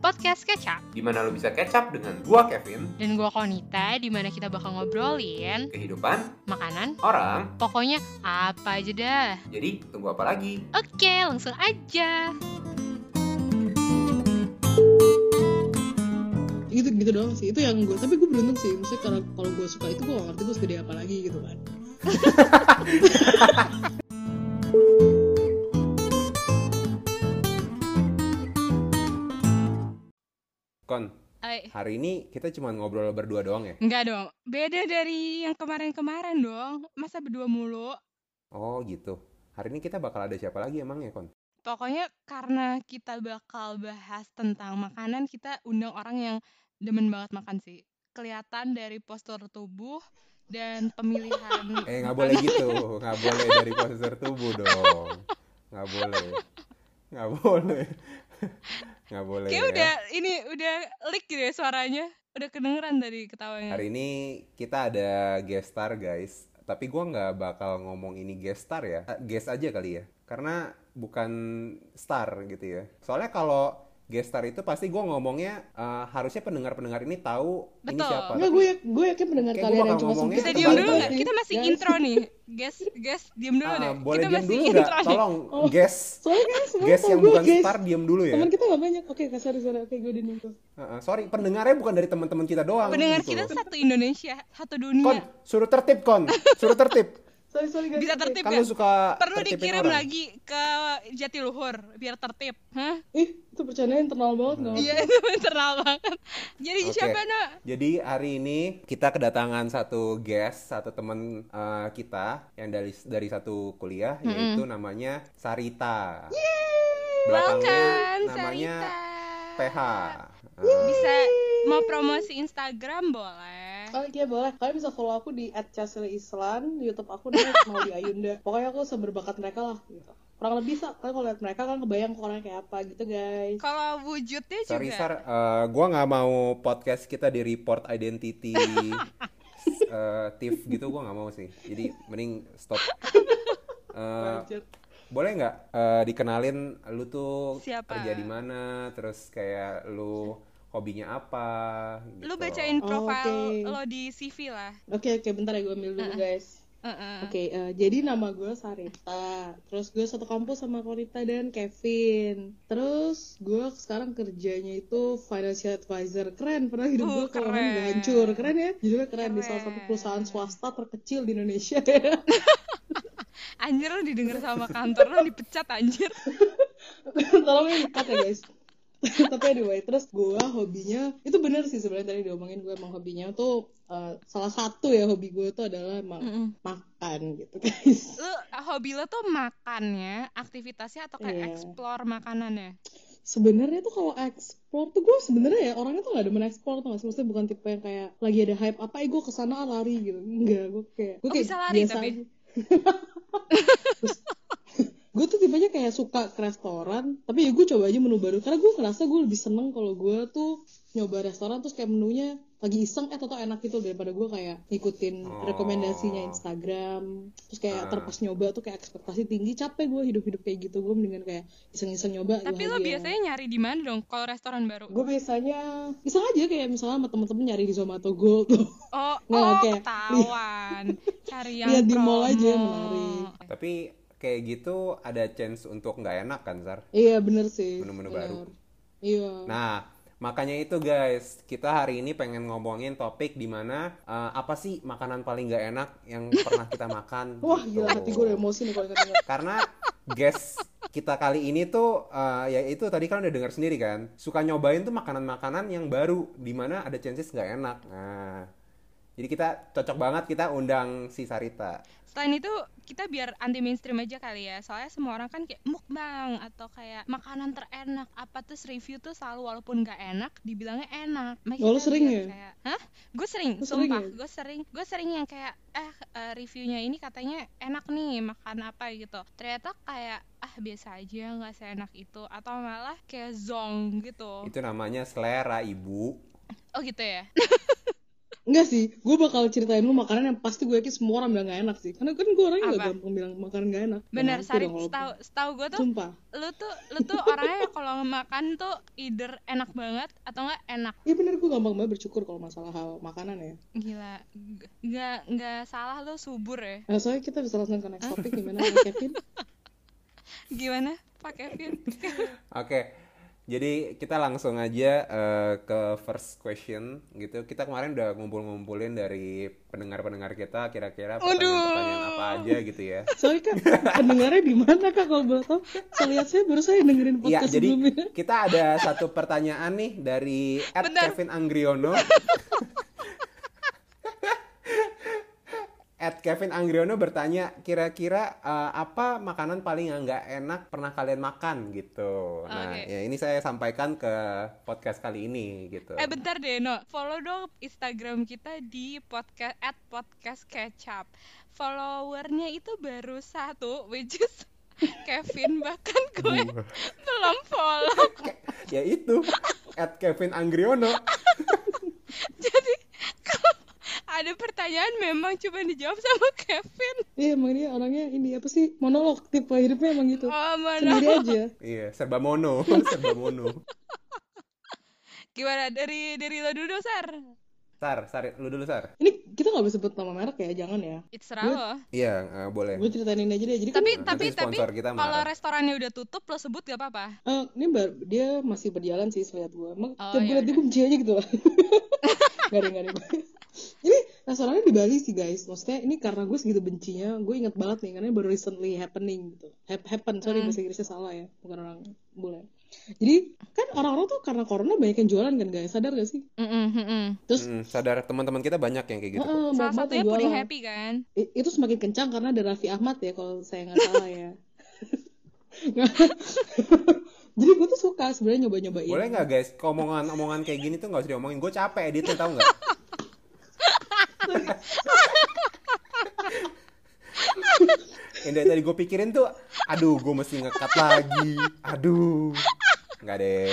Podcast Kecap. di mana lo bisa catch up dengan gua Kevin, Dan gua Konita, di mana kita bakal ngobrolin kehidupan makanan, orang. pokoknya apa aja dah. Jadi tunggu apa lagi? Oke, langsung aja. gitu gitu doang sih itu yang gue tapi gue beruntung sih maksudnya kalau kalau gue suka itu gue gak ngerti gue segede apa lagi gitu kan Kon, Ay, hari ini kita cuma ngobrol berdua doang ya? enggak dong, beda dari yang kemarin-kemarin dong. Masa berdua mulu? Oh gitu. Hari ini kita bakal ada siapa lagi emang ya Kon? Pokoknya karena kita bakal bahas tentang makanan, kita undang orang yang demen banget makan sih. Kelihatan dari postur tubuh dan pemilihan Eh nggak boleh gitu, nggak boleh dari postur tubuh dong. Nggak boleh, nggak boleh, nggak boleh. Kayak ya. udah ini udah leak gitu ya suaranya. Udah kedengeran dari ketawanya. Hari ini kita ada guest star guys, tapi gua nggak bakal ngomong ini guest star ya, Eh, guest aja kali ya, karena bukan star gitu ya. Soalnya kalau guest star itu pasti gua ngomongnya eh, harusnya pendengar-pendengar ini tahu ini Betul. ya- siapa. nggak gue gue yakin mendengar Kayak kalian gua yang bakal cuma ngomongnya Bisa Kita diam balik dulu nggak? lagi. Kita masih intro nih. Guys, guys, diam dulu Ah, deh. boleh Kita diam masih dulu intro nggak? nih. Tolong Oh. guest soalnya kan semua Guys tau yang gue, bukan guys. star diem dulu ya. teman kita gak banyak oke okay, sorry sorry oke gue dinunggu Heeh, sorry, pendengarnya bukan dari teman-teman kita doang. Pendengar gitu kita loh. satu Indonesia, satu Kon, dunia. suruh tertib kon, suruh tertib. sorry sorry guys Bisa oke. tertib Kan lu nggak? suka Perlu tertibin dikirim orang. lagi ke Jatiluhur biar tertib. Hah? ih itu bercanda internal banget Hmm. nggak Iya, itu internal banget. Jadi Oh. Oke. siapa nak? Jadi hari ini kita kedatangan satu guest, satu teman eh, kita yang dari dari satu kuliah yaitu namanya Sarita. Belakangnya Welcome, namanya Eh, Sarita. PH. Bisa mau promosi Instagram boleh. Oh iya boleh, kalian bisa follow aku di @casilleislan, YouTube aku namanya mau di Ayunda. Pokoknya aku seberbakat mereka lah gitu. Kurang lebih sa, kalian kalau lihat mereka kan kebayang orangnya kayak apa gitu guys. Kalau wujudnya Sorry juga. Sar, eh, gua nggak mau podcast kita di report identity eh, thief gitu, gua nggak mau sih. Jadi mending stop. Eh, Lanjut. boleh nggak eh, dikenalin lu tuh Siapa? kerja di mana, terus kayak lu hobinya apa? Gitu. lu bacain Oh, profil oke. lo di CV lah. Oke oke bentar ya gue ambil dulu guys. Heeh. Oke, eh, jadi nama gue Sarita. Terus gue satu kampus sama Korita dan Kevin. Terus gue sekarang kerjanya itu financial advisor. Keren, pernah hidup Uh, gue keuangan keren. udah hancur. Keren ya? Judulnya keren, di salah satu Keren. perusahaan swasta terkecil di Indonesia. ya. Anjir lu didengar sama kantor lu dipecat anjir. Tolong ini cut ya guys. Tapi anyway, terus gue hobinya itu bener sih sebenarnya tadi diomongin gue emang hobinya tuh eh, salah satu ya hobi gue tuh adalah emang Mm-mm. makan gitu guys. Lu hobi lo tuh makan ya, aktivitasnya atau kayak Iya. explore makanannya? sebenarnya tuh kalau ekspor tuh gue sebenarnya ya orangnya tuh gak demen ekspor tuh nggak maksudnya bukan tipe yang kayak lagi ada hype apa eh gue kesana lari gitu enggak gue kayak gue Oh, kayak bisa lari biasa tapi? aja gue tuh tipenya kayak suka ke restoran tapi ya gue coba aja menu baru karena gue ngerasa gue lebih seneng kalau gue tuh nyoba restoran terus kayak menunya lagi iseng eh atau enak gitu daripada gue kayak ngikutin Oh. rekomendasinya Instagram terus Ah. kayak terpaksa nyoba tuh kayak ekspektasi tinggi capek gue hidup-hidup kayak gitu gue mendingan kayak iseng-iseng nyoba Tapi gue lo aja. biasanya nyari di mana dong kalau restoran baru? Gue biasanya bisa aja kayak misalnya sama temen-temen nyari di Zomato Gold Oh, oh Nggak, Nah, kayak- ketahuan. Cari yang Lihat di mall promo. aja yang menarik. Tapi kayak gitu ada chance untuk nggak enak kan Sar? Iya bener sih. Menu-menu bener. baru. Iya. Nah, makanya itu guys, kita hari ini pengen ngomongin topik di mana eh, apa sih makanan paling nggak enak yang pernah kita makan. Wah gitu. gila hati gue udah emosi nih kalau ingat Karena guys kita kali ini tuh eh, ya itu tadi kan udah dengar sendiri kan, suka nyobain tuh makanan-makanan yang baru di mana ada chances nggak enak. Nah, jadi kita cocok banget kita undang si Sarita. Selain itu, kita biar anti mainstream aja kali ya. Soalnya semua orang kan kayak mukbang atau kayak makanan terenak apa terus review tuh selalu walaupun nggak enak dibilangnya enak. Makanya Oh, lu sering ya? Kayak, Hah? Gue sering, Lu sering sumpah. ya? Gue sering, gue sering yang kayak eh eh, reviewnya ini katanya enak nih makan apa gitu. Ternyata kayak ah biasa aja nggak seenak itu atau malah kayak zong gitu. Itu namanya selera, Ibu. Oh gitu ya. Enggak sih, gue bakal ceritain lu makanan yang pasti gue yakin semua orang bilang gak enak sih. Karena kan gue orangnya gak Apa? gampang bilang makanan gak enak. Bener, Mampu Sari, Nah, dong kalau- setahu setahu gue tuh Sumpah. lu tuh lu tuh orangnya kalau makan tuh either enak banget atau enggak enak. Iya bener, gue gampang banget bersyukur kalau masalah hal makanan ya. Gila, g- nggak nggak salah lu subur ya. Nah, soalnya kita bisa langsung ke next topic gimana Kak Kevin? Gimana? Pak Kevin. Oke, jadi kita langsung aja eh, ke first question gitu. Kita kemarin udah ngumpul-ngumpulin dari pendengar-pendengar kita kira-kira pertanyaan-pertanyaan apa aja gitu ya. Sorry kak, pendengarnya di mana kak kalau boleh tahu? Saya lihat saya baru saya dengerin Iya, podcast jadi sebelumnya. kita ada satu pertanyaan nih dari at Bentar. Kevin Anggriono. At Kevin Anggriono bertanya, kira-kira eh, apa makanan paling yang nggak enak pernah kalian makan gitu. Nah, Oke. ya ini saya sampaikan ke podcast kali ini gitu. Eh bentar deh, no. Follow dong Instagram kita di podcast at podcast kecap. Followernya itu baru satu, which is Kevin bahkan gue Iya. belum follow. ya itu at Kevin Anggriono Jadi kalau ada pertanyaan memang cuma dijawab sama Kevin. Iya emang dia orangnya ini apa sih monolog tipe hidupnya emang gitu. Oh, mana? Sendiri aja. iya serba mono serba mono Gimana dari dari lo dulu, Sar? sar sar lu dulu sar Ini kita nggak bisa sebut nama merek ya, jangan ya. It's lo. iya eh, boleh Gue ceritain aja deh. Jadi kan Tapi Nanti tapi tapi sponsor kita kalau marah. restorannya udah tutup lo sebut gak apa-apa. Eh, ini baru, dia masih berjalan sih selihat gue. Emang Oh, tiap gue yaudah. liat dia gue benci aja gitu loh. gak ada, gak ada. Ini restorannya di Bali sih guys. Maksudnya ini karena gue segitu bencinya, gue inget banget nih. Karena ini baru recently happening gitu. Hap- happen, Hmm. sorry bahasa Inggrisnya salah ya. Bukan orang bule. Jadi kan orang-orang tuh karena corona banyak yang jualan kan guys. Sadar gak sih? Mm-mm, mm-mm. Terus Mm, sadar teman-teman kita banyak yang kayak gitu heeh, banyak Iya. Salah banget satunya yang Puding jualan. Happy kan? I- itu semakin kencang karena ada Raffi Ahmad ya kalau saya nggak salah ya Nggak. jadi gue tuh suka sebenarnya nyoba-nyobain boleh nggak guys omongan-omongan kayak gini tuh nggak usah diomongin gue capek editnya tau nggak yang dari tadi gue pikirin tuh aduh gue mesti ngekat lagi aduh nggak deh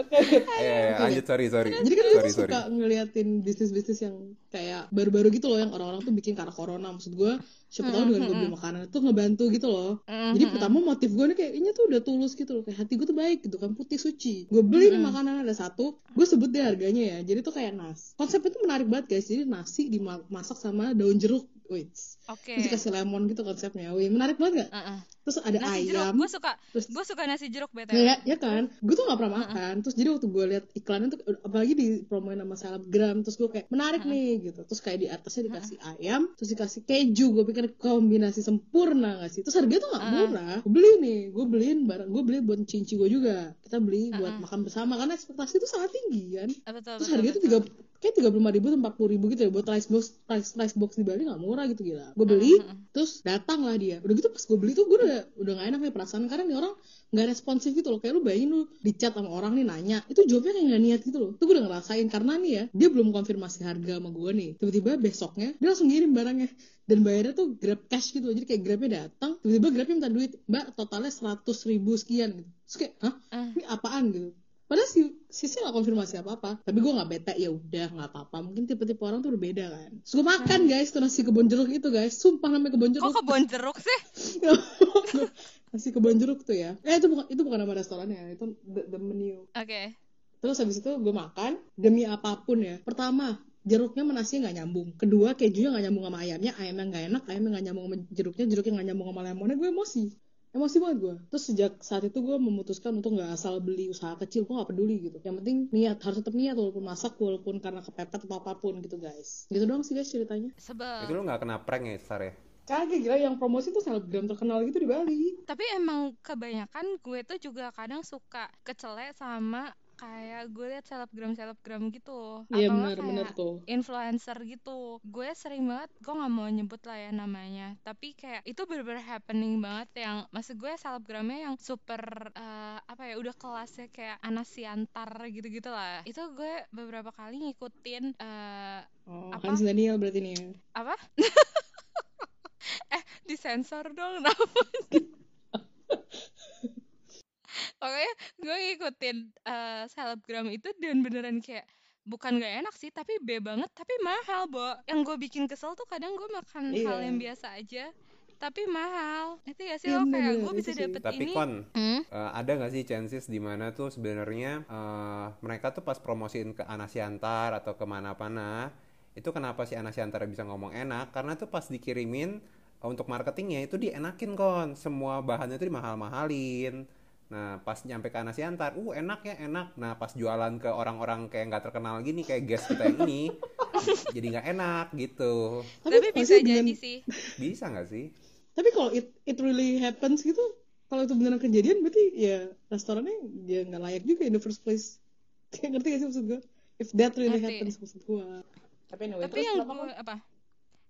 Oke, oke. eh lanjut sorry sorry jadi kan gue sorry tuh sorry suka ngeliatin bisnis-bisnis yang kayak baru-baru gitu loh yang orang-orang tuh bikin karena corona maksud gue siapa tahu dengan gue beli makanan itu ngebantu gitu loh jadi Mm-hmm. pertama motif gue nih kayaknya tuh udah tulus gitu loh kayak hati gue tuh baik gitu kan putih suci gue beli nih makanan ada satu gue sebut deh harganya ya jadi tuh kayak nas konsepnya tuh menarik banget guys jadi nasi dimasak sama daun jeruk wait Oke. Terus dikasih lemon gitu konsepnya. Wih, menarik banget gak? Heeh. Terus ada Nasi jeruk, ayam. gue suka, Terus gue suka nasi jeruk btw. kayak ya kan? Gue tuh gak pernah makan. Terus jadi waktu gue lihat iklannya tuh apalagi di promoin sama selebgram, terus gue kayak menarik nih gitu. Terus kayak di atasnya dikasih ayam, terus dikasih keju. Gue pikir kombinasi sempurna gak sih? Terus harganya tuh gak murah. Gue beli nih, gue beliin barang, gue beli buat cinci gue juga. Kita beli buat makan bersama karena ekspektasi itu sangat tinggi kan. Ah, Betul, Terus betul, harganya tuh betul. tiga kayak tiga puluh ribu atau empat puluh ribu gitu ya buat rice box rice, rice box di Bali nggak murah gitu gila. Gue beli, terus datang lah dia. Udah gitu pas gue beli tuh gue udah udah gak enak nih perasaan karena nih orang nggak responsif gitu loh. Kayak lu bayangin lu di chat sama orang nih nanya, itu jawabnya kayak gak niat gitu loh. Itu gue udah ngerasain karena nih ya dia belum konfirmasi harga sama gue nih. Tiba-tiba besoknya dia langsung ngirim barangnya dan bayarnya tuh grab cash gitu loh. Jadi kayak grabnya datang, tiba-tiba grabnya minta duit, mbak totalnya seratus ribu sekian gitu. Terus kayak, hah? Ah. Ini apaan gitu? Padahal si sisi nggak konfirmasi apa-apa. Tapi gue nggak bete ya udah nggak apa-apa. Mungkin tipe-tipe orang tuh berbeda kan. Terus gue makan guys tuh nasi kebon jeruk itu guys. Sumpah namanya kebon Ah. Kok jeruk. kebon jeruk sih? nasi kebon jeruk tuh ya. Eh itu bukan itu bukan nama restorannya. Itu the, the menu. Oke. Terus habis itu gue makan demi apapun ya. Pertama jeruknya sama nasinya nggak nyambung. Kedua kejunya nggak nyambung sama ayamnya. Ayamnya nggak enak. Ayamnya nggak nyambung sama jeruknya. Jeruknya nggak nyambung sama lemonnya. Gue emosi. Emosi banget gue. Terus sejak saat itu gue memutuskan untuk nggak asal beli usaha kecil. Gue nggak peduli gitu. Yang penting niat harus tetap niat walaupun masak walaupun karena kepepet atau apapun gitu guys. Gitu doang sih guys ceritanya. itu Sebel. lu nggak kena prank ya sar ya Kagak gila yang promosi tuh selebgram terkenal gitu di Bali. Tapi emang kebanyakan gue tuh juga kadang suka kecelek sama kayak gue liat selebgram-selebgram gitu. Iya Atau nggak benar benar kayak tuh. influencer gitu gue sering banget gue nggak mau nyebut lah ya namanya tapi kayak itu bener-bener happening banget yang maksud gue selebgramnya yang super eh, apa ya udah kelasnya kayak Ana Siantar gitu-gitu lah itu gue beberapa kali ngikutin eh Oh, Apa? Hans Daniel berarti nih ya. apa eh disensor dong namanya Pokoknya gue ngikutin eh, selebgram itu dan beneran kayak bukan gak enak sih tapi B banget tapi mahal bo yang gue bikin kesel tuh kadang gue makan Iya. hal yang biasa aja tapi mahal itu ya sih Iya, lo kayak bener-bener gue itu bisa sih. dapet Tapi ini kon, Hmm? Eh, ada nggak sih chances di mana tuh sebenarnya eh, mereka tuh pas promosiin ke Anasiantar atau kemana-mana itu kenapa si Anasiantar bisa ngomong enak karena tuh pas dikirimin eh, untuk marketingnya itu dienakin kon semua bahannya tuh dimahal-mahalin nah pas nyampe ke Anasiantar uh enak ya enak nah pas jualan ke orang-orang kayak nggak terkenal gini kayak guest kita yang ini jadi nggak enak gitu tapi kalau bisa sih jadi beneran- sih bisa nggak sih tapi kalau it it really happens gitu kalau itu beneran kejadian berarti ya restorannya ya nggak layak juga in the first place kayak ngerti gak sih maksud gue if that really Ngerti. happens maksud gue tapi anyway tapi yang gue apa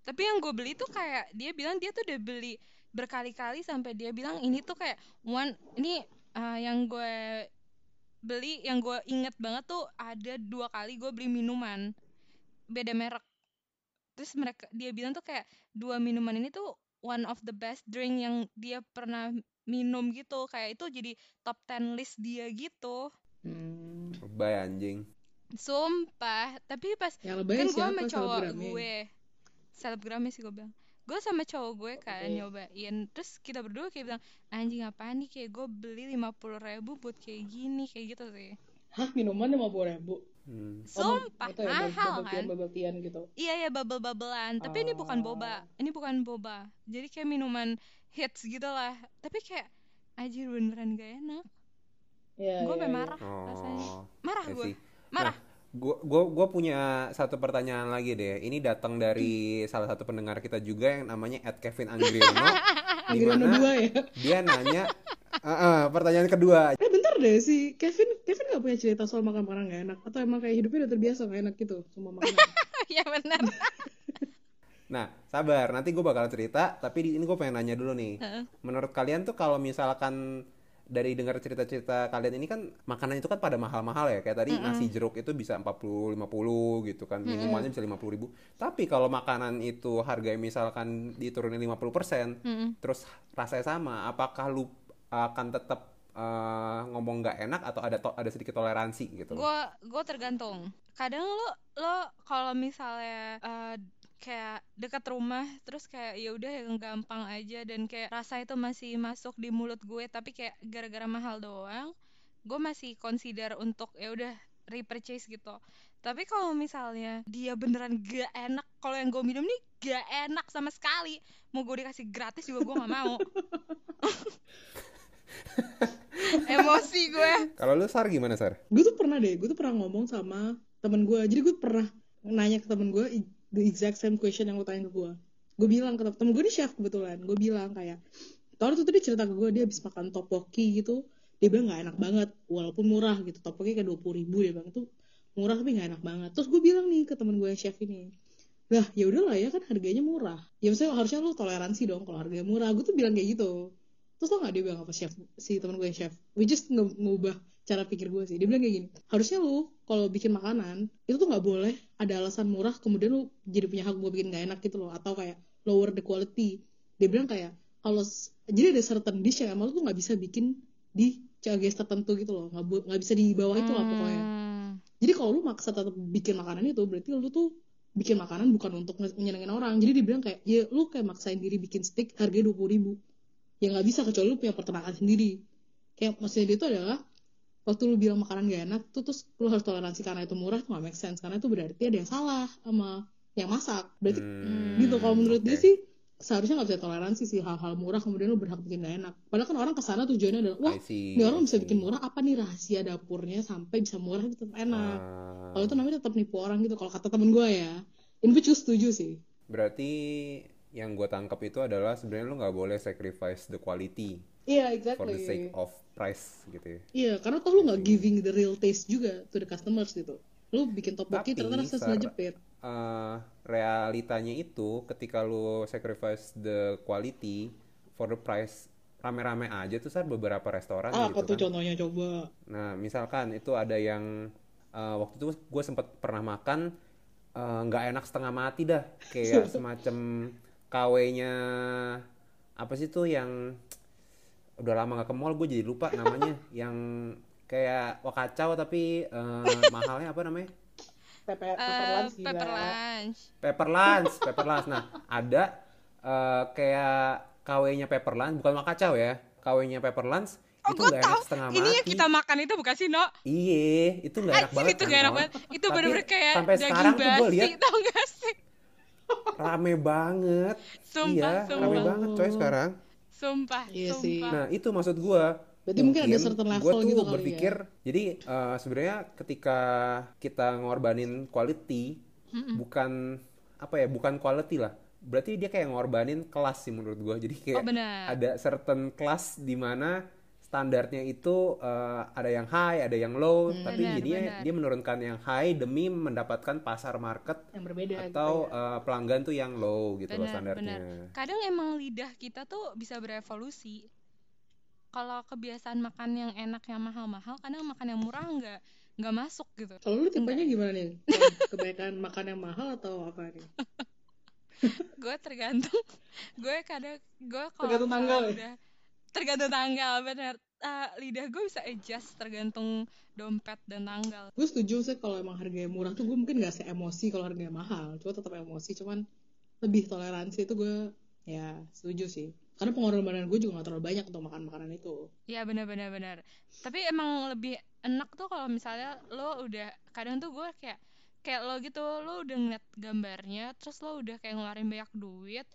tapi yang gue beli tuh kayak dia bilang dia tuh udah beli berkali-kali sampai dia bilang ini tuh kayak one ini uh, yang gue beli yang gue inget banget tuh ada dua kali gue beli minuman beda merek terus mereka dia bilang tuh kayak dua minuman ini tuh one of the best drink yang dia pernah minum gitu kayak itu jadi top 10 list dia gitu Hmm. lebay anjing sumpah tapi pas yang lebay kan gue siapa iya. sama cowok selebgramnya? gue selebgramnya sih gue bilang gue sama cowok gue kan Oke. nyobain terus kita berdua kayak bilang anjing apaan nih kayak gue beli lima puluh ribu buat kayak gini kayak gitu sih hah minuman lima puluh ribu Hmm. Oh, sumpah ya, mahal kan babatian gitu iya ya bubble bubblean tapi ini bukan boba ini bukan boba jadi kayak minuman hits gitu lah tapi kayak anjir beneran gak enak ya gue sampe marah rasanya oh marah I gue see. marah Gue gue punya satu pertanyaan lagi deh. Ini datang dari salah satu pendengar kita juga yang namanya Ed Kevin Anggriono. di Anggriono mana dua ya dia nanya Eh, eh, pertanyaan kedua. eh bentar deh si Kevin Kevin nggak punya cerita soal makan makanan nggak enak atau emang kayak hidupnya udah terbiasa nggak enak gitu sama makanan ya benar Nah, sabar. Nanti gue bakal cerita, tapi di, ini gue pengen nanya dulu nih. Heeh. Menurut kalian tuh kalau misalkan dari dengar cerita-cerita kalian ini kan makanan itu kan pada mahal-mahal ya. Kayak tadi nasi jeruk itu bisa 40 50 gitu kan. Minumannya bisa 50 ribu. Tapi kalau makanan itu harganya misalkan diturunin 50%, Mm-mm. terus rasanya sama, apakah lu akan tetap eh, ngomong nggak enak atau ada to- ada sedikit toleransi gitu? gue gue tergantung kadang lo lo kalau misalnya eh, kayak dekat rumah terus kayak ya udah yang gampang aja dan kayak rasa itu masih masuk di mulut gue tapi kayak gara-gara mahal doang gue masih consider untuk ya udah repurchase gitu tapi kalau misalnya dia beneran gak enak kalau yang gue minum nih gak enak sama sekali mau gue dikasih gratis juga gue nggak mau emosi gue Kalau lu Sar gimana Sar? gue tuh pernah deh gue tuh pernah ngomong sama temen gue jadi gue pernah nanya ke temen gue i- the exact same question yang lo tanya ke gue gue bilang ke temen gue ini chef kebetulan gue bilang kayak tahun itu tuh dia cerita ke gue dia habis makan topoki gitu dia bilang nggak enak banget walaupun murah gitu topoki kayak dua ribu dia bilang itu murah tapi nggak enak banget terus gue bilang nih ke temen gue yang chef ini lah ya udahlah ya kan harganya murah ya maksudnya harusnya lo toleransi dong kalau harganya murah gue tuh bilang kayak gitu terus tau gak dia bilang apa chef si temen gue yang chef we just nge- ngubah cara pikir gue sih dia bilang kayak gini harusnya lu kalau bikin makanan itu tuh nggak boleh ada alasan murah kemudian lu jadi punya hak buat bikin gak enak gitu loh atau kayak lower the quality dia bilang kayak kalau s- jadi ada certain dish yang emang lu tuh nggak bisa bikin di cages tertentu gitu loh nggak bu- nggak bisa di bawah itu lah pokoknya Hmm. jadi kalau lu maksa tetap bikin makanan itu berarti lu tuh bikin makanan bukan untuk nge- nyenengin orang jadi dibilang kayak ya lu kayak maksain diri bikin steak harganya 20.000 ribu ya nggak bisa kecuali lu punya peternakan sendiri kayak maksudnya dia itu adalah waktu lu bilang makanan gak enak tuh terus lu harus toleransi karena itu murah itu nggak make sense karena itu berarti ada yang salah sama yang masak berarti Hmm, gitu kalau menurut dia oke. sih seharusnya nggak bisa toleransi sih hal-hal murah kemudian lu berhak bikin gak enak padahal kan orang kesana tujuannya adalah wah I see, ini I orang bisa see. bikin murah apa nih rahasia dapurnya sampai bisa murah itu tetap enak Ah. kalau itu namanya tetap nipu orang gitu kalau kata temen gue ya ini gue juga setuju sih Berarti yang gue tangkap itu adalah sebenarnya lu nggak boleh sacrifice the quality iya for the sake exactly of price gitu ya. iya karena kalau lu nggak giving the real taste juga to the customers gitu lu bikin Tapi, topoki ternyata rasa sela Sar- jepit Eh, realitanya itu ketika lu sacrifice the quality for the price rame-rame aja tuh saat beberapa restoran ah gitu apa tuh kan. contohnya coba Nah, misalkan itu ada yang eh, waktu itu gue sempat pernah makan eh, nggak enak setengah mati dah, kayak semacam KW-nya apa sih tuh yang udah lama nggak ke mall gue jadi lupa namanya, yang kayak wah kacau tapi eh, mahalnya apa namanya? paper paper Eh, lunch gimana? paper lunch. Paper Lunch, Paper Lunch. Nah, ada eh, kayak KW-nya Paper Lunch, bukan Makacau ya. KW-nya Paper Lunch Oh, gue itu nggak tahu. enak setengah Ini yang mati. kita makan itu bukan sih, No? Iya, itu nggak enak Anjir, banget. kan, itu gak enak Anon. banget. Itu Tapi bener-bener kayak sampai sekarang daging tuh gue basi, lihat tau gak sih? rame banget. Sumpah, iya, rame sumpah. banget coy sekarang. Sumpah, Iya sih. sumpah. Nah, itu maksud gua. Berarti mungkin ada certain level gua tuh gitu kali berpikir, jadi eh, sebenarnya ketika kita ngorbanin quality, bukan apa ya, bukan quality lah. Berarti dia kayak ngorbanin kelas sih menurut gua. Jadi kayak Oh, benar. ada certain kelas di mana standarnya itu eh, ada yang high, ada yang low, Hmm. tapi Benar, jadinya benar. dia menurunkan yang high demi mendapatkan pasar market yang berbeda gitu ya. atau eh, pelanggan tuh yang low gitu loh Benar, standarnya. benar. Kadang emang lidah kita tuh bisa berevolusi. Kalau kebiasaan makan yang enak yang mahal-mahal, kadang makan yang murah nggak nggak masuk gitu. Kalau lu tipenya gimana nih? Kebaikan makan yang mahal atau apa nih? Gue tergantung. Gue kadang gue kalau Tergantung misalnya tanggal ya? udah tergantung tanggal benar. Eh, lidah gue bisa adjust tergantung dompet dan tanggal. Gue setuju sih kalau emang harganya murah tuh gue mungkin gak se-emosi kalau harganya mahal. Cuma tetap emosi, cuman lebih toleransi itu gue ya setuju sih. Karena pengorbanan gue juga gak terlalu banyak untuk makan makanan itu. Ya benar-benar benar. Tapi emang lebih enak tuh kalau misalnya lo udah kadang tuh gue kayak kayak lo gitu lo udah ngeliat gambarnya terus lo udah kayak ngeluarin banyak duit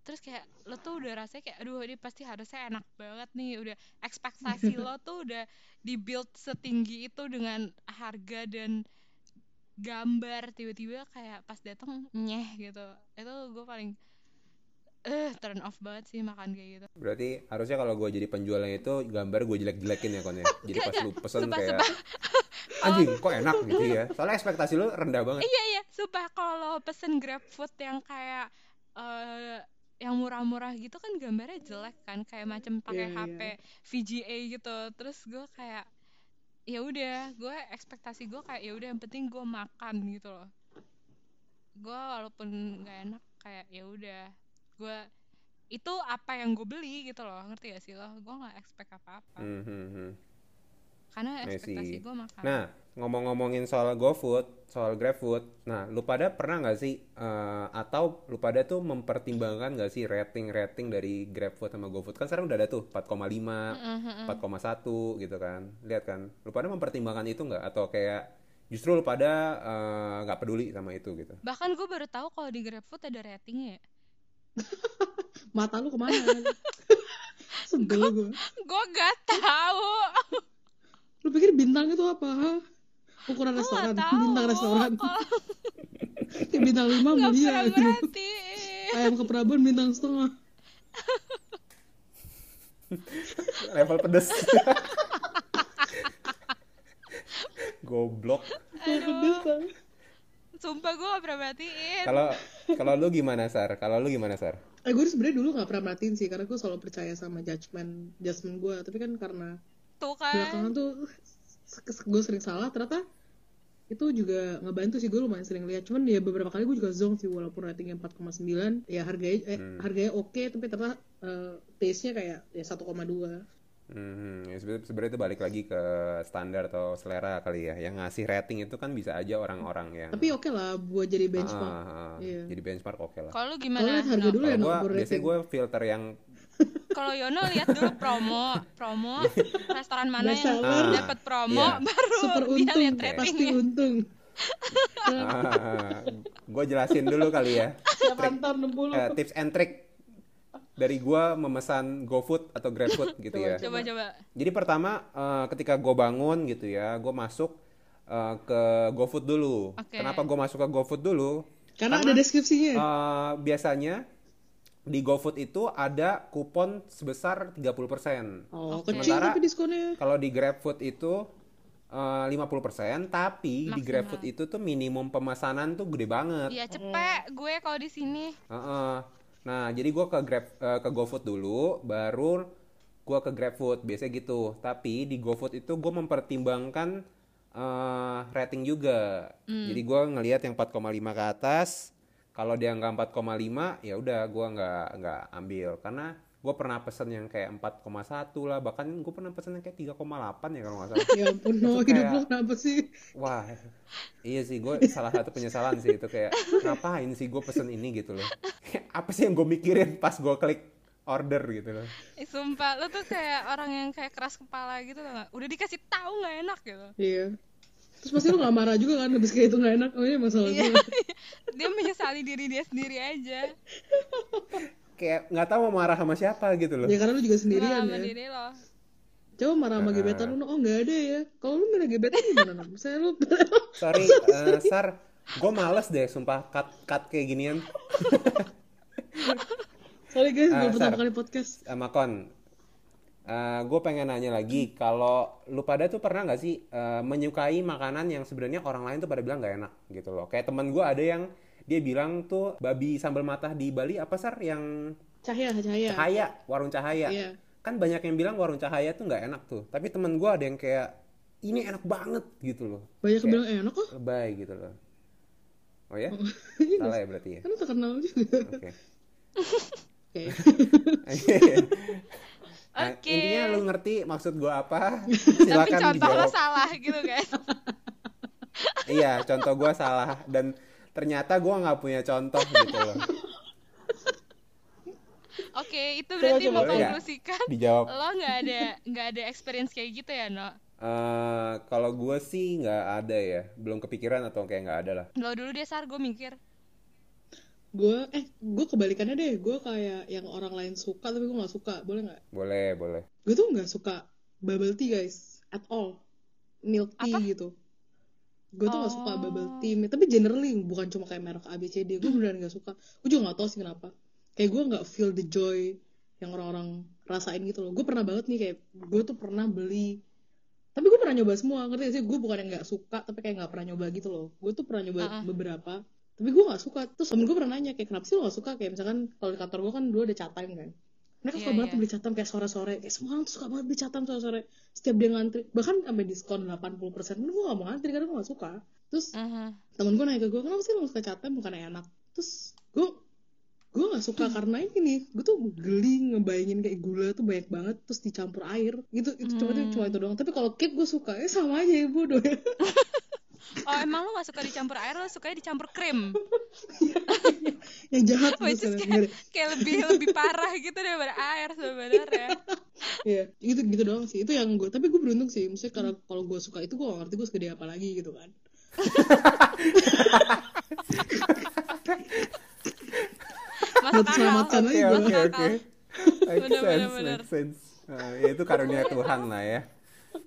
terus kayak lo tuh udah rasanya kayak aduh ini pasti harusnya enak banget nih udah ekspektasi lo tuh udah dibuild setinggi itu dengan harga dan gambar tiba-tiba kayak pas datang nyeh gitu itu gue paling eh turn off banget sih makan kayak gitu Berarti harusnya kalau gue jadi penjualnya itu gambar gue jelek-jelekin ya konnya. Jadi pas lu pesen Sumpah, kayak sumpah. Oh. anjing kok enak gitu ya. Soalnya ekspektasi lu rendah banget. Iya iya, sumpah kalau pesen GrabFood yang kayak eh yang murah-murah gitu kan gambarnya jelek kan, kayak macam pakai Iya, HP VGA gitu. Terus gue kayak ya udah, gue ekspektasi gue kayak ya udah yang penting gue makan gitu loh. Gue walaupun nggak enak kayak ya udah, gue itu apa yang gue beli gitu loh, ngerti gak sih lo? Gue nggak expect apa-apa, Hmm, hmm, hmm. karena I ekspektasi see. gue makan. Nah, ngomong-ngomongin soal GoFood, soal GrabFood. Nah, lu pada pernah nggak sih eh, atau lu pada tuh mempertimbangkan nggak sih rating-rating dari GrabFood sama GoFood? Kan sekarang udah ada tuh 4,5, Mm, mm, mm. 4,1 gitu kan. Lihat kan. Lu pada mempertimbangkan itu nggak atau kayak justru lu pada eh, nggak peduli sama itu gitu? Bahkan gue baru tahu kalau di GrabFood ada ratingnya. ya. Mata lu kemana? Sebel gue. Gue gak tahu. Lu pikir bintang itu apa? Hah? Ukuran Gue restoran, gak tahu. bintang restoran. Kalau Kayak bintang lima nggak pernah mulia. gitu. merhatiin. Ayam keprabon bintang setengah. level pedes goblok Bintang. Sumpah gue gak pernah merhatiin. kalau kalau lu gimana sar kalau lu gimana sar Eh gue sebenarnya dulu nggak pernah merhatiin sih karena gue selalu percaya sama judgement judgement gue tapi kan karena Tuh Nah, kan. belakangan tuh gue sering salah ternyata itu juga ngebantu sih gue lumayan sering lihat cuman ya beberapa kali gue juga zonk sih walaupun ratingnya 4,9 ya harganya eh, Hmm. harganya oke tapi ternyata eh, taste-nya kayak ya 1,2 hmm, ya sebe- sebenarnya itu balik lagi ke standar atau selera kali ya yang ngasih rating itu kan bisa aja orang-orang yang tapi oke lah buat jadi benchmark Ah, ah, ah. Iya. jadi benchmark oke lah Kalau lu kalau gimana? lihat harga No? dulu ya kalau no gua overrated. biasanya gue filter yang Kalau Yono lihat dulu promo, promo restoran mana Best yang seller. dapat promo Iya. baru super dia untung lihat pasti ratingnya. untung Ah, gue jelasin dulu kali ya siap antar 60 Eh, tips and trick dari gua memesan GoFood atau GrabFood gitu ya Coba coba. Jadi pertama eh, ketika gue bangun gitu ya, gue masuk eh, ke GoFood dulu. Oke. Hmm. Kenapa gue masuk ke GoFood dulu? karena ada deskripsinya Eh, biasanya di GoFood itu ada kupon sebesar 30%. oh Oke. kecil Sementara- tapi Oh. diskonnya Kalau di GrabFood itu eh, 50%, tapi di Maksimal. GrabFood itu tuh minimum pemesanan tuh gede banget. Iya cepet gue kalau di sini. Heeh. Nah, jadi gua ke Grab eh, ke GoFood dulu, baru gua ke GrabFood, biasanya gitu. Tapi di GoFood itu gua mempertimbangkan eh, rating juga. Jadi gua ngelihat yang 4,5 ke atas. Kalau dia nggak 4,5, ya udah gua nggak nggak ambil karena gue pernah pesen yang kayak 4,1 lah bahkan gue pernah pesen yang kayak 3,8 ya kalau nggak salah ya ampun no Itu hidup kayak- lo kenapa sih wah iya sih gue salah satu penyesalan sih itu kayak ngapain sih gue pesen ini gitu loh apa sih yang gue mikirin pas gue klik order gitu loh Ih, sumpah lo tuh kayak orang yang kayak keras kepala gitu tau gak? udah dikasih tahu nggak enak gitu iya terus pasti lo gak marah juga kan habis kayak itu gak enak oh iya masalah gue dia menyesali diri dia sendiri aja kayak nggak tahu mau marah sama siapa gitu loh ya karena lo juga sendirian sama ya diri lo coba marah sama gebetan lo oh nggak ada ya kalau lo nggak ada gebetan gimana Nam? saya lo sorry eh, sar gue males deh sumpah cut cut kayak ginian sorry guys baru Ah, pertama Sar. kali podcast sama kon gue pengen nanya lagi kalau lu pada tuh pernah nggak sih eh, menyukai makanan yang sebenarnya orang lain tuh pada bilang nggak enak gitu loh kayak teman gue ada yang dia bilang tuh babi sambal matah di Bali apa sar yang cahaya Iya. cahaya cahaya warung cahaya Iya. kan banyak yang bilang warung cahaya tuh nggak enak tuh tapi teman gue ada yang kayak ini enak banget gitu loh banyak yang Kayak- bilang "Eh, enak kok lebay gitu loh oh ya salah ya berarti ya kan lo terkenal juga oke Oke. Nah, Oke. intinya lu ngerti maksud gua apa tapi silakan contoh lo dijawab salah gitu kan iya contoh gua salah dan ternyata gua nggak punya contoh gitu loh oke itu berarti coba. mau Boleh nggak? konklusikan dijawab lo nggak ada nggak ada experience kayak gitu ya no Eh, kalau gua sih nggak ada ya belum kepikiran atau kayak nggak ada lah lo dulu deh sar gue mikir gue eh gue kebalikannya deh gue kayak yang orang lain suka tapi gue nggak suka boleh nggak boleh boleh gue tuh nggak suka bubble tea guys at all milk tea Apa? gitu gue tuh nggak suka Oh. bubble tea tapi generally bukan cuma kayak merek ABCD gue beneran nggak suka gue juga nggak tahu sih kenapa kayak gue nggak feel the joy yang orang-orang rasain gitu loh gue pernah banget nih kayak gue tuh pernah beli tapi gue pernah nyoba semua ngerti gak sih gue bukan yang nggak suka tapi kayak nggak pernah nyoba gitu loh gue tuh pernah nyoba Ah. beberapa tapi gue nggak suka terus temen gue pernah nanya kayak kenapa sih lo nggak suka kayak misalkan kalau di kantor gue kan dulu ada chat time kan mereka Iya, suka banget iya. tuh beli catam kayak sore-sore kayak semua orang tuh suka banget beli catam sore-sore setiap dia ngantri bahkan sampai diskon 80% persen gue gak mau ngantri karena gue gak suka terus Mhm. temen gue nanya ke gue kenapa sih lo gak suka catam bukan enak terus gue gue gak suka Hmm. karena ini nih gue tuh geli ngebayangin kayak gula tuh banyak banget terus dicampur air gitu itu cuma itu Hmm. cuma itu doang tapi kalau cake gue suka ya sama aja ya bodoh ya oh emang lo nggak suka dicampur air lo sukanya dicampur krim yang jahat gitu Which is kayak, sebenarnya. kayak lebih lebih parah gitu daripada air sebenarnya Iya, gitu gitu doang sih. Itu yang gue, tapi gue beruntung sih. Maksudnya karena kalau gue suka itu gue gak ngerti gue segede apa lagi gitu kan. masuk akal Selamatkan aja oke gue. oke oke make iya, Bener, bener, sense bener. make sense Ah, ya itu karunia Tuhan lah ya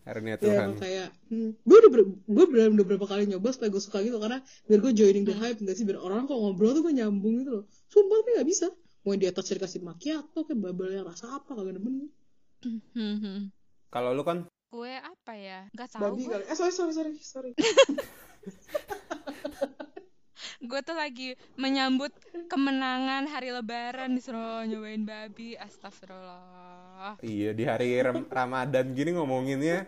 karunia Iya, Tuhan emang kayak hmm, gue udah ber- gue beneran udah beberapa kali nyoba supaya gue suka gitu karena biar gue joining Hmm. the hype nggak sih biar orang kok ngobrol tuh gue nyambung gitu loh. Sumpah tapi nggak bisa. Mau yang di atas dikasih macchiato kayak bubble yang rasa apa kagak demen. Mhm. kalau lu kan gue apa ya nggak tahu Babi gue kali. Eh sorry sorry sorry sorry. gue tuh lagi menyambut kemenangan hari lebaran disuruh nyobain babi astagfirullah Iya di hari Ram- Ramadan gini ngomonginnya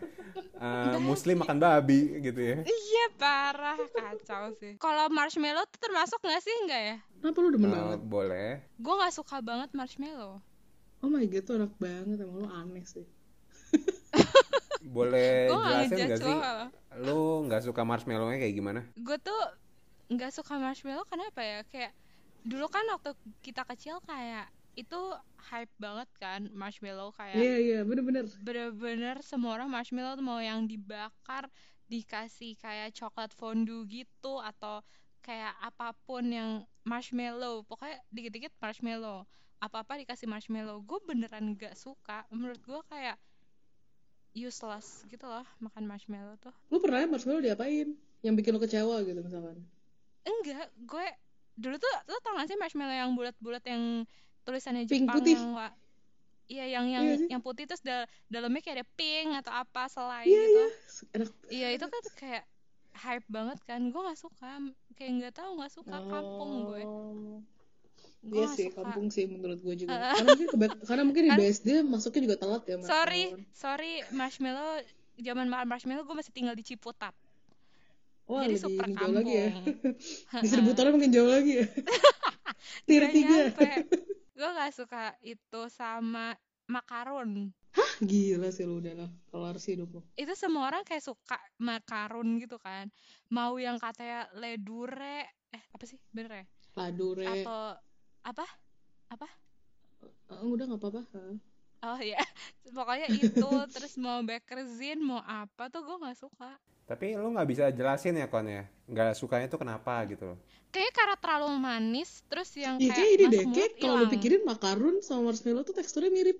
eh, Muslim makan babi gitu ya. iya parah kacau sih kalau marshmallow tuh termasuk nggak sih nggak ya Kenapa lu Eh, demen banget? boleh. gue nggak suka banget marshmallow Oh my god tuh enak banget emang lu aneh sih. Boleh gue nggak Eh, jelasin gak ngejudge sih lo kalau- lu nggak suka marshmallownya kayak gimana? gue tuh nggak suka marshmallow kenapa ya kayak dulu kan waktu kita kecil kayak itu hype banget kan marshmallow kayak Iya iya bener-bener. bener-bener semua orang marshmallow tuh mau yang dibakar dikasih kayak coklat fondue gitu atau kayak apapun yang marshmallow pokoknya dikit-dikit marshmallow apa-apa dikasih marshmallow gue beneran gak suka menurut gue kayak useless gitu loh makan marshmallow tuh Lu pernah marshmallow diapain? Yang bikin lu kecewa gitu misalkan. enggak gue dulu tuh lo tau gak sih marshmallow yang bulat-bulat yang tulisannya Pink Jepang putih. yang wa- iya yang yang Iya sih. yang putih terus dal- dalamnya kayak ada pink atau apa selai Iya gitu iya. Enak. Iya itu kan kayak hype banget kan gue nggak suka kayak nggak tahu nggak suka kampung gue Oh. gue Iya nggak sih, suka kampung sih menurut gue juga. Ah. Karena mungkin keba- karena mungkin di Kan- BSD masuknya juga telat ya, Mas. sorry sorry marshmallow zaman makan marshmallow gue masih tinggal di Ciputat Wah, jadi lebih super ini jauh kampung lagi ya. Distributornya makin jauh lagi ya. Tier Nggak ya. tiga. nyampe. gue nggak suka itu sama makarun Gila sih lu udah nah, kelar sih hidup lu. itu semua orang kayak suka makarun gitu kan mau yang katanya ledure eh apa sih bener ya Ladure. atau apa Eh, udah nggak apa-apa. Heeh. oh ya pokoknya itu terus mau bakerzin mau apa tuh gue nggak suka Tapi lu nggak bisa jelasin ya Kon ya, nggak sukanya tuh kenapa gitu loh. kayaknya karena terlalu manis terus yang kayak Iya kayak ini masuk deh, mulut kayak kalau lu hilang. pikirin makarun sama marshmallow tuh teksturnya mirip.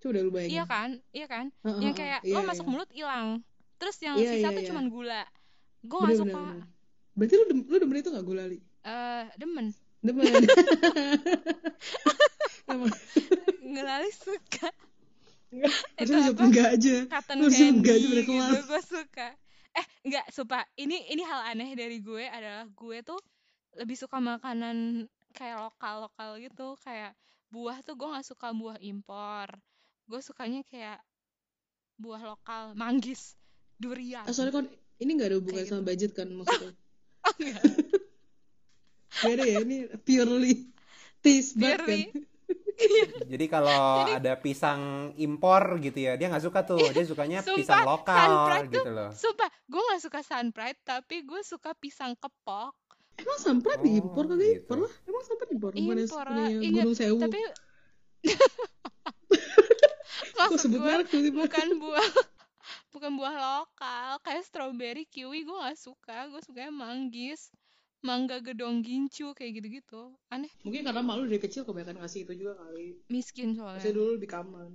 Coba deh lu bayangin. iya kan iya kan Heeh, yang heeh. kayak Iya, lo masuk iya. mulut hilang terus yang Iya, sisa iya, tuh iya. cuman gula gue Bener, nggak bener, suka bener. Berarti lu dem lu demen itu nggak gulali? eh demen Demen. Emang ngelali suka itu jawab apa? enggak aja. cotton Lu harus jawab enggak aja candy pada kelas. gitu gue suka eh enggak sumpah ini ini hal aneh dari gue adalah gue tuh lebih suka makanan kayak lokal lokal gitu kayak buah tuh gue nggak suka buah impor gue sukanya kayak buah lokal manggis durian Ah, sorry kon, ini nggak ada hubungan Kayak gitu. sama budget kan maksudnya? Oh, enggak. Gak ada ya, ini purely taste bud kan? Purely. Jadi kalau ada pisang impor gitu ya, dia nggak suka tuh. Dia sukanya Sumpah, kan pisang lokal sunflower gitu loh. Sumpah, gue gak suka sunbrite, tapi gue suka pisang kepok. Emang samprat Oh, diimpor kagak gitu. impor lah? Emang samprat diimpor? Bukan yang Impor lah, punya iya. Gunung Sewu. Tapi Kok maksud sebut gue merek tuh bukan buah bukan buah lokal, kayak strawberry, kiwi gue gak suka. Gue sukanya manggis, mangga gedong gincu kayak gitu-gitu. Aneh, Mungkin karena malu dari kecil kebanyakan ngasih itu juga Iya. kali. miskin Saya soalnya. dulu di kamar.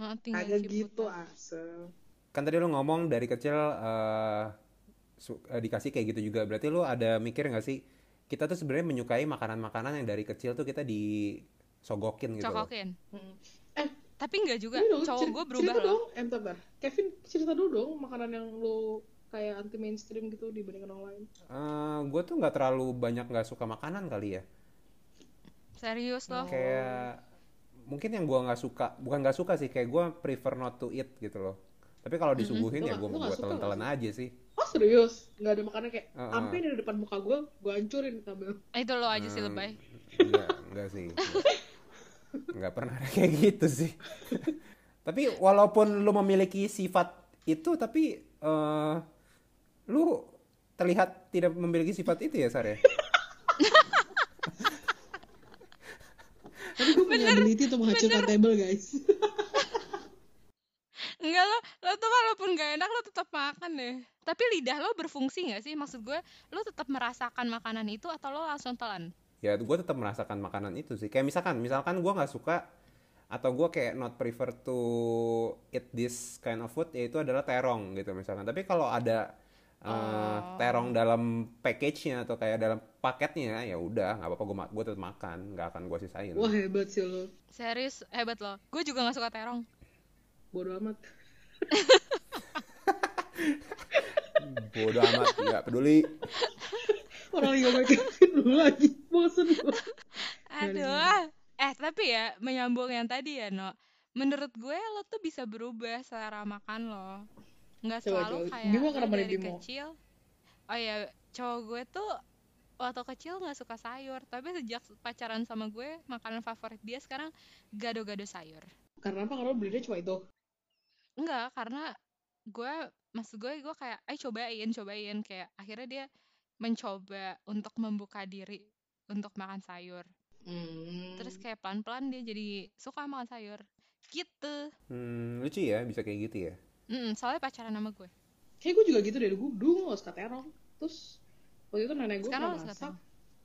Heeh, tinggal Kagak ciputan. gitu asem. Kan tadi lu ngomong dari kecil eh, su- eh, dikasih kayak gitu juga. Berarti lu ada mikir nggak sih? Kita tuh sebenarnya menyukai makanan-makanan yang dari kecil tuh kita disogokin gitu loh. Cokokin. Mm. Eh, Tapi enggak juga, Ini dong, cowok cer- gue berubah cerita loh. dong, em tabar. Kevin cerita dulu dong makanan yang lo kayak anti mainstream gitu dibandingkan orang lain. Eh, gue tuh nggak terlalu banyak nggak suka makanan kali ya. Serius Oh. loh. kayak mungkin yang gua nggak suka bukan nggak suka sih kayak gua prefer not to eat gitu loh tapi kalau disuguhin Lu ya nggak- gua lu Mm-hmm. nggak gua suka telan-telan aja sih Oh serius? Gak ada makanan kayak Heeh. sampai dari depan muka gue, gue hancurin tabar. Itu lo aja Hmm. sih lebay. enggak enggak sih nggak pernah ada kayak gitu sih tapi walaupun lu memiliki sifat itu tapi eh, lu terlihat tidak memiliki sifat itu ya Sar ya Tapi gue punya ability untuk menghancurkan table guys. Enggak lo, lo tuh walaupun gak enak lo tetap makan deh. Tapi lidah lo berfungsi gak sih? Maksud gue, lo tetap merasakan makanan itu atau lo langsung telan? ya gue tetap merasakan makanan itu sih kayak misalkan misalkan gue nggak suka atau gue kayak not prefer to eat this kind of food yaitu adalah terong gitu misalkan tapi kalau ada eh, Oh. terong dalam package-nya atau kayak dalam paketnya ya udah nggak apa-apa gue gue tetap makan nggak akan gue sisain Wah hebat sih lo, Serius, hebat lo. Gue juga gak suka terong. bodo amat. bodoh amat nggak peduli Orang yang gak Kevin dulu lagi, bosen gue. Aduh. Eh, tapi ya, menyambung yang tadi ya, No. Menurut gue, lo tuh bisa berubah selera makan lo. Nggak Coba, selalu coba. kayak Bimo lo kenapa nih, dari Bimo? kecil. Oh ya, cowok gue tuh waktu kecil nggak suka sayur. Tapi sejak pacaran sama gue, makanan favorit dia sekarang gado-gado sayur. Karena apa? Karena lo belinya cuma itu. Enggak, karena gue maksud gue gue kayak ayo cobain cobain kayak akhirnya dia mencoba untuk membuka diri untuk makan sayur Hmm. terus kayak pelan pelan dia jadi suka makan sayur gitu hmm, lucu ya bisa kayak gitu ya Mm, soalnya pacaran sama gue kayak gue juga gitu dari gue dulu gak suka terong terus waktu itu nenek gue Sekarang lo pernah suka masak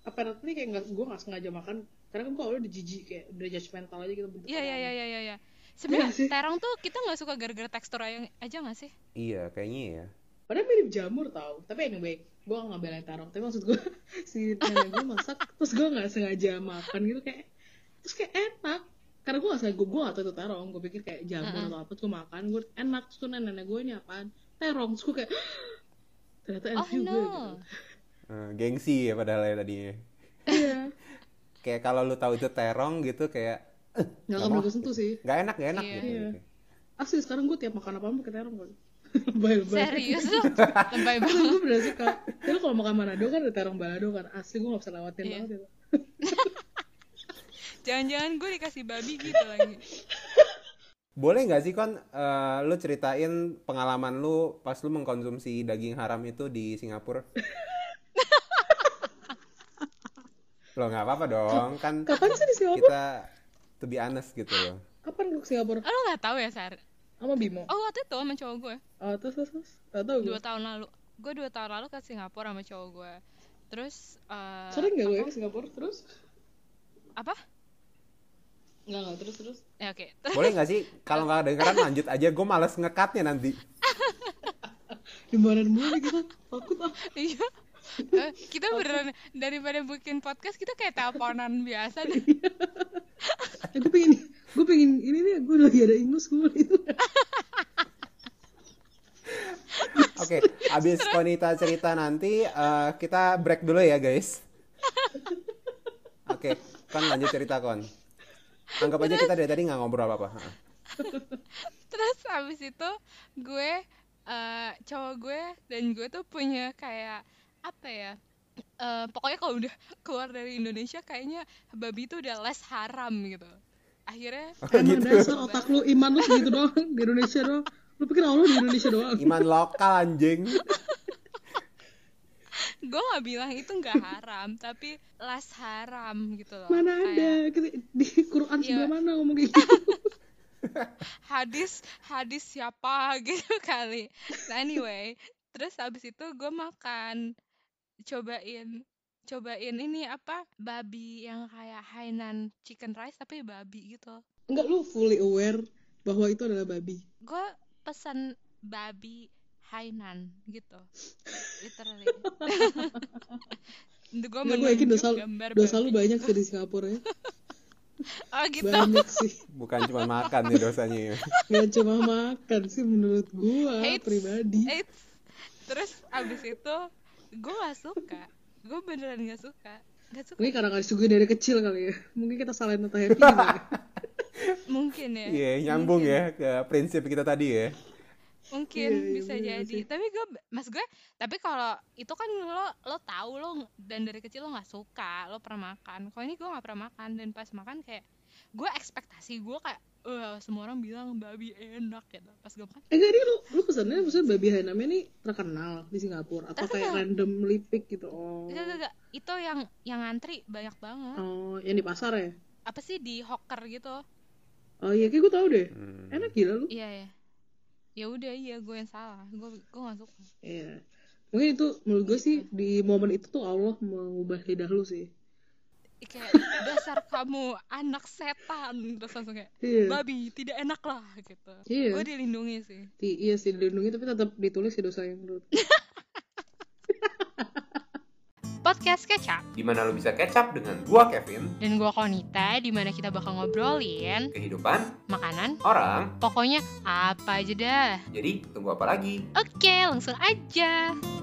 apparently kayak gak, gue gak sengaja makan karena kan gue awalnya udah jijik kayak udah judgmental aja gitu bentuk iya iya iya terongnya. iya iya ya. sebenarnya sih? terong tuh kita nggak suka gara gara tekstur aja aja nggak sih iya kayaknya ya padahal mirip jamur tau tapi anyway gue gak ngambil terong tapi maksud gue si nenek gue masak terus gue gak sengaja makan gitu kayak terus kayak enak karena gue gak sengaja gue, gue gak tau itu terong gue pikir kayak jamur Mm-mm. atau apa tuh makan gue enak terus tuh nenek gue ini apaan terong terus gue kayak ternyata enak oh juga no gitu Eh, gengsi ya padahal ya tadinya iya kayak kalau lu tahu itu terong gitu kayak "Eh, gak nggak akan mau gue sentuh sih nggak enak nggak enak Iya. gitu, Iya. gitu. Asli sekarang gue tiap makan apa-apa pakai terong kali. Lebay-lebay. serius lo lebay Asli banget gue bener suka. Tapi kalau makan Manado kan ada terong balado kan. Asli gue gak bisa lewatin Iya. banget itu. Jangan-jangan gue dikasih babi gitu lagi. Boleh nggak sih kon eh, lu ceritain pengalaman lu pas lu mengkonsumsi daging haram itu di Singapura? Lo nggak apa-apa dong, kan Kapan sih di Singapura? kita to be honest gitu loh. Kapan gue ke Singapura? Oh, lo nggak tahu ya Sar? Sama Bimo. Oh waktu itu sama cowok gue Oh, terus terus terus. Gak tau gue. dua tahun lalu. Gue dua tahun lalu ke Singapura sama cowok gue. Terus eh, Sering gak gue ke Singapura? Terus? apa? Enggak, enggak, terus terus. Ya oke. Boleh nggak sih kalau nggak kedengeran lanjut aja, gue males ngekatnya nanti. Dimarahin mulu kita. Takut ah. Iya. Eh, kita beneran daripada bikin podcast kita kayak teleponan biasa deh. Eh, gue pengen gue pengen ini nih gue lagi ada ingus gue itu. Oke, abis Konita cerita nanti eh, kita break dulu ya guys. Oke, kon lanjut cerita kon. Anggap aja kita dari tadi nggak ngobrol apa-apa. Ha. Terus habis itu gue eh, cowok gue dan gue tuh punya kayak apa ya? eh, pokoknya kalau udah keluar dari Indonesia kayaknya babi itu udah les haram gitu. Akhirnya gitu. Emang gitu. dasar otak lu iman lu segitu doang di Indonesia doang. Lu pikir Allah di Indonesia doang. Iya. Iman lokal anjing. gue nggak bilang itu nggak haram, tapi les haram gitu loh. Mana ada Kayak kita, di Quran Iya. sebelah mana ngomong kayak gitu. hadis hadis siapa gitu kali. Nah, anyway, terus habis itu gue makan cobain cobain ini apa babi yang kayak Hainan chicken rice tapi babi gitu. Enggak lu fully aware bahwa itu adalah babi. Gue pesan babi Hainan gitu. Literally. gue Enggak gue yakin dosa gambar dosa lu babi. banyak sih di Singapura ya. Oh gitu. Banyak sih. Bukan cuma makan ya dosanya ya. Gak cuma makan sih menurut gua Eits. pribadi. Eits. Terus abis itu gue gak suka. Gue beneran gak suka. Gak suka Ini karena nggak disuguhin dari kecil kali ya. Mungkin kita salahin tentang happy kali ya. mungkin ya. Iya, nyambung ya ke prinsip kita tadi ya. Mungkin Iya, iya, bisa bener jadi. sih. Tapi gue mas gue tapi kalau itu kan lo lo tahu lo ng- dan dari kecil lo nggak suka, lo pernah makan. Kalau ini gue nggak pernah makan dan pas makan kayak gue ekspektasi gue kayak "Wah, semua orang bilang babi enak gitu. Pas gue makan Eh enggak ini lu lu pesannya maksudnya babi Hainam ini terkenal di Singapura atau kayak Terkenal. Iya, random lipik gitu. Oh. enggak enggak, enggak. itu yang yang ngantri banyak banget. Oh, yang di pasar ya? Apa sih di hawker gitu? Oh iya, kayak gue tau deh. Hmm. Enak gila lu. Iya ya. Ya udah iya gue yang salah. Gue gue gak suka. Iya. Mungkin itu menurut gue sih di momen itu tuh Allah mengubah lidah lu sih. Ih, Kayak dasar kamu anak setan terus langsung kayak Iya. babi tidak enak lah gitu. Iya. Gue dilindungi sih. Di- iya sih dilindungi tapi tetap ditulis sih dosa yang menurut. gue. Podcast Kecap Di mana lu bisa catch up dengan gua Kevin, dan gue Konita di mana kita bakal ngobrolin kehidupan makanan orang. pokoknya apa aja dah. Jadi tunggu apa lagi? Oke, langsung aja.